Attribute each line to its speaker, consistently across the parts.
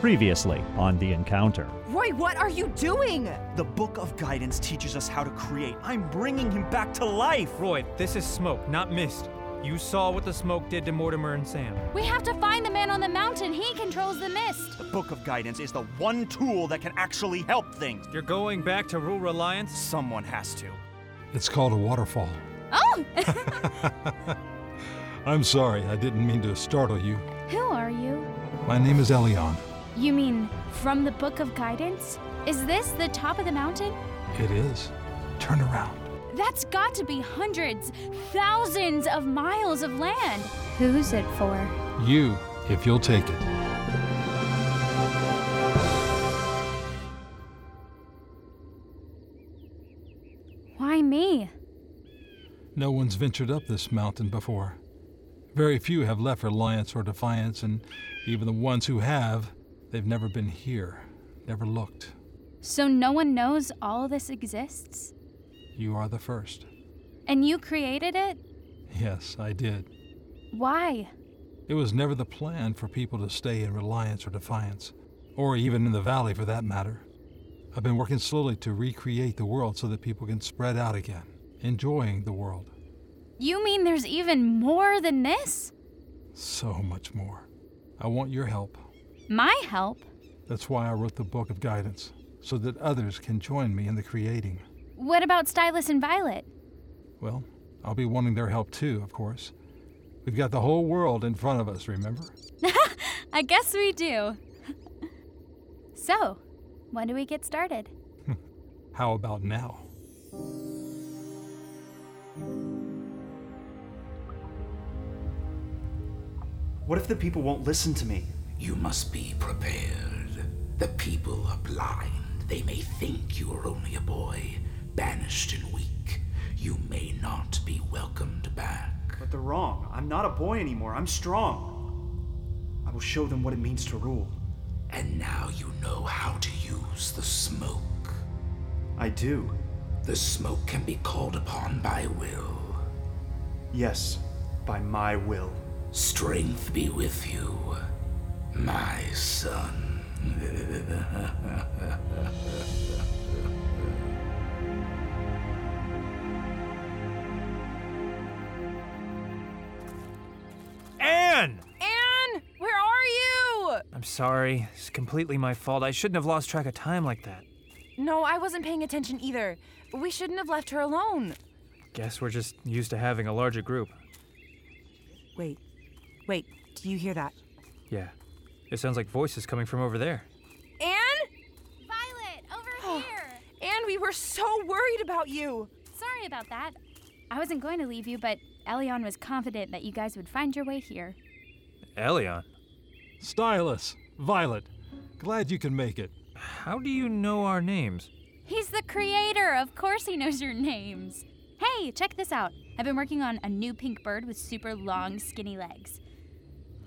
Speaker 1: Previously on The Encounter.
Speaker 2: Roy, what are you doing?
Speaker 3: The Book of Guidance teaches us how to create. I'm bringing him back to life.
Speaker 4: Roy, this is smoke, not mist. You saw what the smoke did to Mortimer and Sam.
Speaker 5: We have to find the man on the mountain. He controls the mist.
Speaker 3: The Book of Guidance is the one tool that can actually help things.
Speaker 4: You're going back to rule reliance?
Speaker 3: Someone has to.
Speaker 6: It's called a waterfall.
Speaker 5: Oh!
Speaker 6: I'm sorry, I didn't mean to startle you.
Speaker 5: Who are you?
Speaker 6: My name is Elion.
Speaker 5: You mean from the Book of Guidance? Is this the top of the mountain?
Speaker 6: It is. Turn around.
Speaker 5: That's got to be hundreds, thousands of miles of land. Who's it for?
Speaker 6: You, if you'll take it.
Speaker 5: Why me?
Speaker 6: No one's ventured up this mountain before. Very few have left Reliance or Defiance, and even the ones who have, they've never been here, never looked.
Speaker 5: So no one knows all this exists?
Speaker 6: You are the first.
Speaker 5: And you created it?
Speaker 6: Yes, I did.
Speaker 5: Why?
Speaker 6: It was never the plan for people to stay in Reliance or Defiance, or even in the Valley for that matter. I've been working slowly to recreate the world so that people can spread out again, enjoying the world.
Speaker 5: You mean there's even more than this?
Speaker 6: So much more. I want your help.
Speaker 5: My help?
Speaker 6: That's why I wrote the Book of Guidance, so that others can join me in the creating.
Speaker 5: What about Stylus and Violet?
Speaker 6: Well, I'll be wanting their help too, of course. We've got the whole world in front of us, remember?
Speaker 5: I guess we do. so, when do we get started?
Speaker 6: How about now?
Speaker 3: What if the people won't listen to me?
Speaker 7: You must be prepared. The people are blind. They may think you are only a boy, banished and weak. You may not be welcomed back.
Speaker 3: But they're wrong. I'm not a boy anymore. I'm strong. I will show them what it means to rule.
Speaker 7: And now you know how to use the smoke.
Speaker 3: I do.
Speaker 7: The smoke can be called upon by will.
Speaker 3: Yes, by my will.
Speaker 7: Strength be with you, my son.
Speaker 4: Anne!
Speaker 2: Anne, where are
Speaker 4: I'm sorry. It's completely my fault. I shouldn't have lost track of time like that.
Speaker 2: you? No, I wasn't paying attention either. We shouldn't have left her alone.
Speaker 4: Guess we're just used to having a larger group.
Speaker 2: Wait, wait, do you hear that?
Speaker 4: Yeah. It sounds like voices coming from over there.
Speaker 2: Anne?
Speaker 5: Violet, over here!
Speaker 2: Anne, we were so worried about you.
Speaker 5: Sorry about that. I wasn't going to leave you, but Elion was confident that you guys would find your way here.
Speaker 4: Elion,
Speaker 6: Stylus, Violet, glad you can make it.
Speaker 4: how do you know our names?
Speaker 5: He's the creator. Of course he knows your names. Hey, check this out. I've been working on a new pink bird with super long, skinny legs.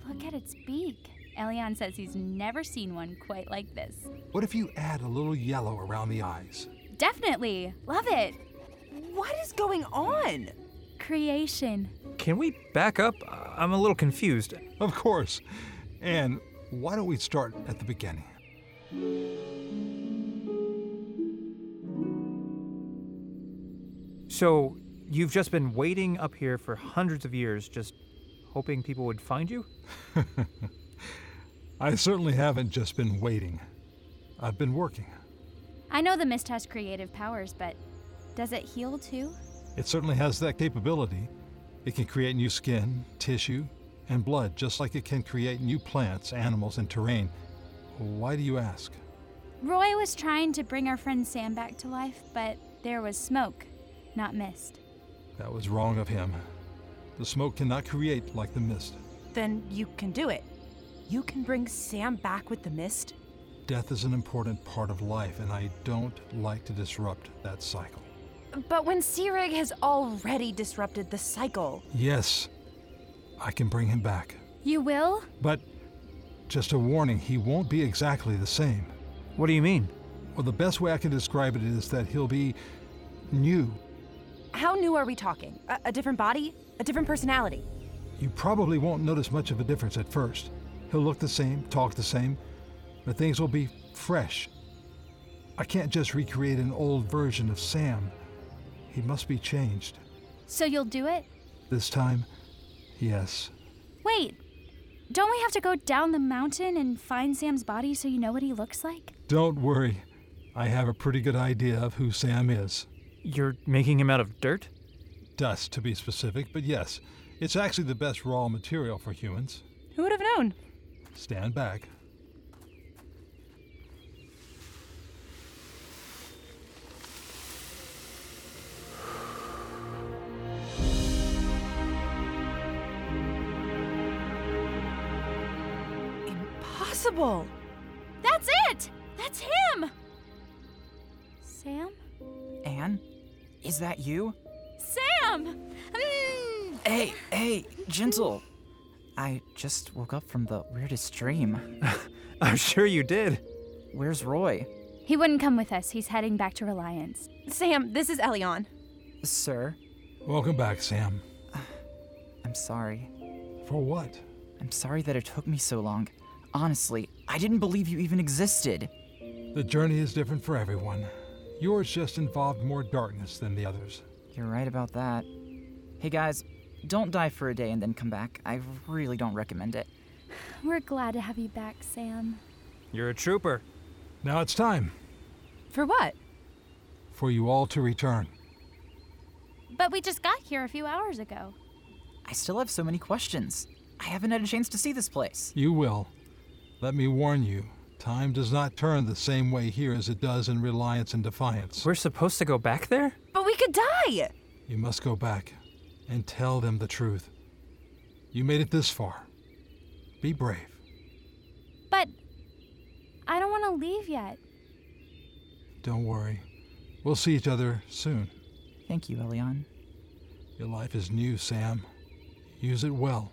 Speaker 5: Look at its beak. Elion says he's never seen one quite like this.
Speaker 6: What if you add a little yellow around the eyes?
Speaker 5: Definitely. Love it.
Speaker 2: What is going on?
Speaker 5: Creation.
Speaker 4: Can we back up? I- I'm a little confused.
Speaker 6: Of course. And why don't we start at the beginning?
Speaker 4: So, you've just been waiting up here for hundreds of years, just hoping people would find you?
Speaker 6: I certainly haven't just been waiting. I've been working.
Speaker 5: I know the mist has creative powers, but does it heal too?
Speaker 6: It certainly has that capability. It can create new skin, tissue, and blood, just like it can create new plants, animals, and terrain. Why do you ask?
Speaker 5: Roy was trying to bring our friend Sam back to life, but there was smoke, not mist.
Speaker 6: That was wrong of him. The smoke cannot create like the mist.
Speaker 2: Then you can do it. You can bring Sam back with the mist?
Speaker 6: Death is an important part of life, and I don't like to disrupt that cycle.
Speaker 2: But when Sea Rig has already disrupted the cycle,
Speaker 6: Yes, I can bring him back.
Speaker 5: You will?
Speaker 6: But just a warning, he won't be exactly the same.
Speaker 4: What do you mean?
Speaker 6: Well, the best way I can describe it is that he'll be new.
Speaker 2: how new are we talking? A, a different body? A different personality?
Speaker 6: You probably won't notice much of a difference at first. He'll look the same, talk the same, that things will be fresh. I can't just recreate an old version of Sam. He must be changed.
Speaker 5: So you'll do it?
Speaker 6: This time, yes.
Speaker 5: Wait, don't we have to go down the mountain and find Sam's body so you know what he looks like?
Speaker 6: Don't worry. I have a pretty good idea of who Sam is.
Speaker 4: You're making him out of dirt?
Speaker 6: Dust, to be specific, but yes, it's actually the best raw material for humans.
Speaker 2: Who would have known?
Speaker 6: Stand back.
Speaker 2: Impossible!
Speaker 5: That's it! That's him! Sam?
Speaker 8: Anne? Is that you?
Speaker 5: Sam! Mm.
Speaker 8: Hey, hey, gentle. I just woke up from the weirdest dream.
Speaker 4: I'm sure you did.
Speaker 8: Where's Roy?
Speaker 5: He wouldn't come with us. He's heading back to Reliance.
Speaker 2: Sam, this is Elion.
Speaker 8: Sir,
Speaker 6: Welcome back, Sam.
Speaker 8: I'm sorry.
Speaker 6: For what?
Speaker 8: I'm sorry that it took me so long. Honestly, I didn't believe you even existed.
Speaker 6: The journey is different for everyone. Yours just involved more darkness than the others.
Speaker 8: You're right about that. Hey guys, don't die for a day and then come back. I really don't recommend it.
Speaker 5: We're glad to have you back, Sam.
Speaker 4: You're a trooper.
Speaker 6: Now it's time
Speaker 2: For what?
Speaker 6: for you all to return.
Speaker 5: But we just got here a few hours ago.
Speaker 8: I still have so many questions. I haven't had a chance to see this place.
Speaker 6: You will. Let me warn you, time does not turn the same way here as it does in Reliance and Defiance.
Speaker 4: We're supposed to go back there?
Speaker 2: But we could die!
Speaker 6: You must go back and tell them the truth. You made it this far. Be brave.
Speaker 5: But I don't want to leave yet.
Speaker 6: Don't worry. We'll see each other soon.
Speaker 8: Thank you, Elion.
Speaker 6: Your life is new, Sam. Use it well.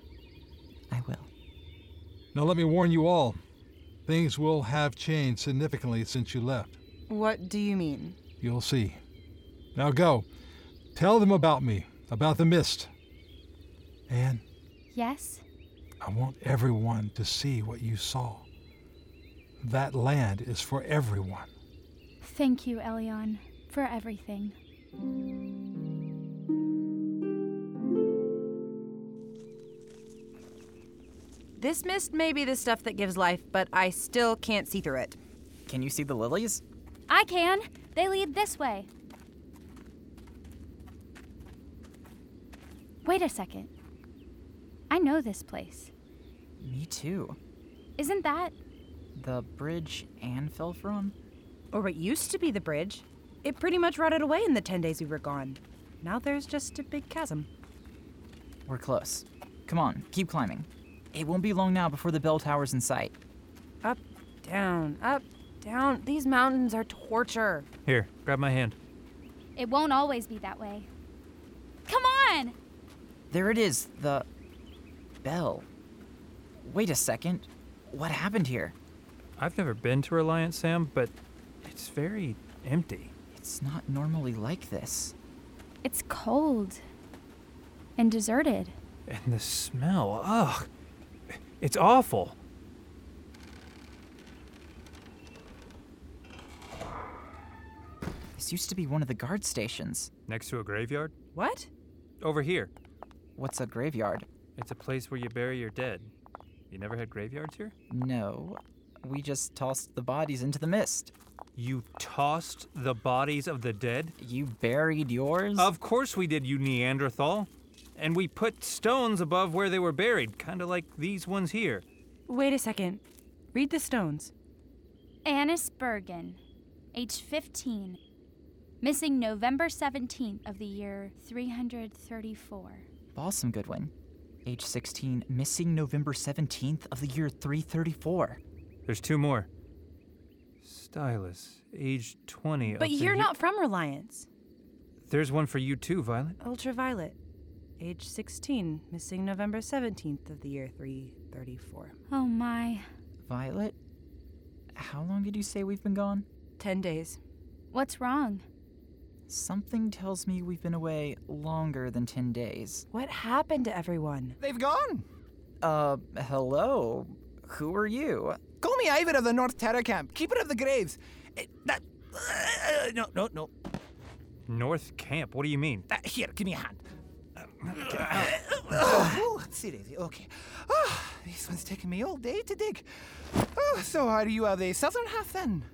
Speaker 8: I will.
Speaker 6: Now, let me warn you all things will have changed significantly since you left.
Speaker 2: What do you mean?
Speaker 6: You'll see. Now go. Tell them about me, about the mist. Anne,
Speaker 5: Yes?
Speaker 6: I want everyone to see what you saw. That land is for everyone.
Speaker 5: Thank you, Elion, for everything.
Speaker 2: This mist may be the stuff that gives life, but I still can't see through it.
Speaker 8: Can you see the lilies?
Speaker 5: I can. They lead this way. Wait a second. I know this place.
Speaker 8: Me too.
Speaker 5: Isn't that?
Speaker 8: The bridge Anne fell from?
Speaker 2: Or what used to be the bridge. It pretty much rotted away in the 10 days we were gone. Now there's just a big chasm.
Speaker 8: We're close. Come on, keep climbing. It won't be long now before the bell tower's in sight.
Speaker 2: Up, down, up, down. These mountains are torture.
Speaker 4: Here, grab my hand.
Speaker 5: It won't always be that way. Come on!
Speaker 8: There it is, the bell. Wait a second. What happened here?
Speaker 4: I've never been to Reliance, Sam, but it's very empty.
Speaker 8: It's not normally like this.
Speaker 5: It's cold and deserted.
Speaker 4: And the smell, ugh. It's awful.
Speaker 8: This used to be one of the guard stations.
Speaker 4: Next to a graveyard?
Speaker 2: What?
Speaker 4: Over here.
Speaker 8: What's a graveyard?
Speaker 4: It's a place where you bury your dead. You never had graveyards here?
Speaker 8: No, we just tossed the bodies into the mist.
Speaker 4: You tossed the bodies of the dead?
Speaker 8: You buried yours?
Speaker 4: Of course we did, you Neanderthal. And we put stones above where they were buried, kind of like these ones here.
Speaker 2: Wait a second. Read the stones.
Speaker 5: Annis Bergen, age 15, missing November 17th of the year 334.
Speaker 8: Balsam Goodwin. Age 16, missing November 17th of the year 334.
Speaker 4: There's two more. Stylus, age 20. of
Speaker 2: But
Speaker 4: the
Speaker 2: you're
Speaker 4: year-
Speaker 2: not from Reliance.
Speaker 4: There's one for you too, Violet.
Speaker 2: Ultraviolet, age 16, missing November 17th of the year 334.
Speaker 5: Oh my.
Speaker 8: Violet? How long did you say we've been gone?
Speaker 2: 10 days.
Speaker 5: What's wrong?
Speaker 8: Something tells me we've been away longer than 10 days.
Speaker 2: What happened to everyone?
Speaker 8: They've gone! Uh, hello. Who are you?
Speaker 9: Call me Ivan of the North Terra Camp, keeper of the graves. Eh, That. uh, no, no, no.
Speaker 4: North Camp, what do you mean?
Speaker 9: Uh, here, give me a hand. oh, seriously, okay. Ah, this one's taken me all day to dig. Oh, so are you of the southern half then?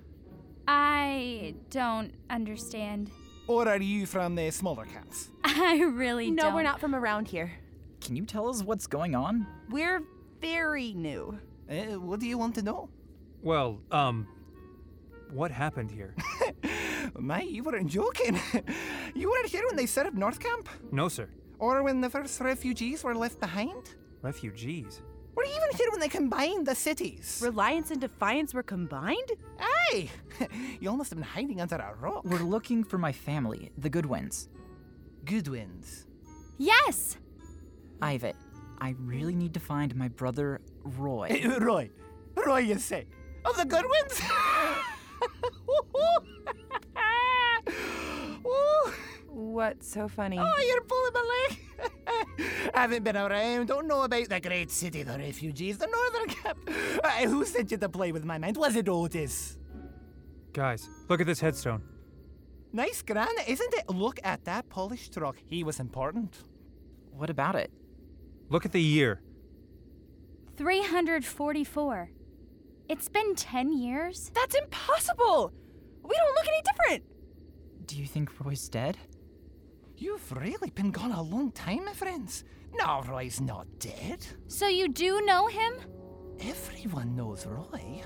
Speaker 5: I don't understand.
Speaker 9: Or are you from the smaller camps?
Speaker 5: I really
Speaker 2: No,
Speaker 5: don't.
Speaker 2: we're not from around here.
Speaker 8: Can you tell us what's going on?
Speaker 2: We're very new.
Speaker 9: Eh, what do you want to know?
Speaker 4: Well, um, what happened here?
Speaker 9: Mate, you weren't joking. you weren't here when they set up North Camp?
Speaker 4: no, sir.
Speaker 9: Or when the first refugees were left behind?
Speaker 4: Refugees.
Speaker 9: Were you even here when they combined the cities?
Speaker 2: Reliance and Defiance were combined?
Speaker 9: Aye! you all must have been hiding under a rock.
Speaker 8: We're looking for my family, the Goodwins.
Speaker 9: Goodwins.
Speaker 5: Yes!
Speaker 8: Ivet, I really need to find my brother, Roy.
Speaker 9: Roy. Roy, you say. Of the Goodwins? Ooh.
Speaker 2: What's so funny?
Speaker 9: Oh, you're pulling my leg. Haven't been around. Don't know about the great city, the refugees, the Northern Cap. Uh, who sent you to play with my mind? Was it Otis?
Speaker 4: Guys, look at this headstone.
Speaker 9: Nice granite, isn't it? Look at that polished rock. He was important.
Speaker 8: What about it?
Speaker 4: Look at the year.
Speaker 5: 344. It's been 10 years?
Speaker 2: That's impossible! We don't look any different!
Speaker 8: Do you think Roy's dead?
Speaker 9: You've really been gone a long time, my friends. No, Roy's not dead.
Speaker 5: So you do know him?
Speaker 9: Everyone knows Roy.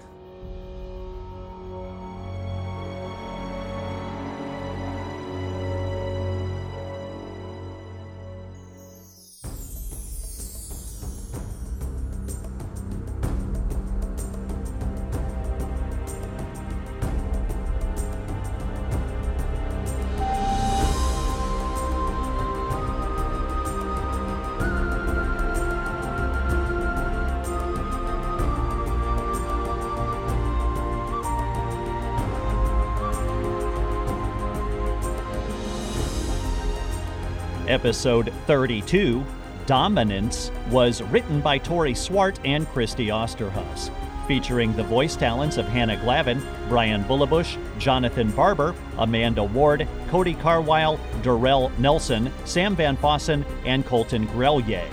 Speaker 1: Episode 32, Dominance, was written by Tori Swart and Christy Osterhus, featuring the voice talents of Hannah Glavin, Brian Bullabush, Jonathan Barber, Amanda Ward, Cody Carwile, Darrell Nelson, Sam Van Fossen, and Colton Grelier.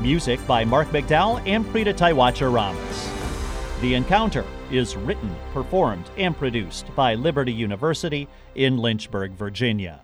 Speaker 1: Music by Mark McDowell and Prita Taiwacha Ramos. The Encounter is written, performed, and produced by Liberty University in Lynchburg, Virginia.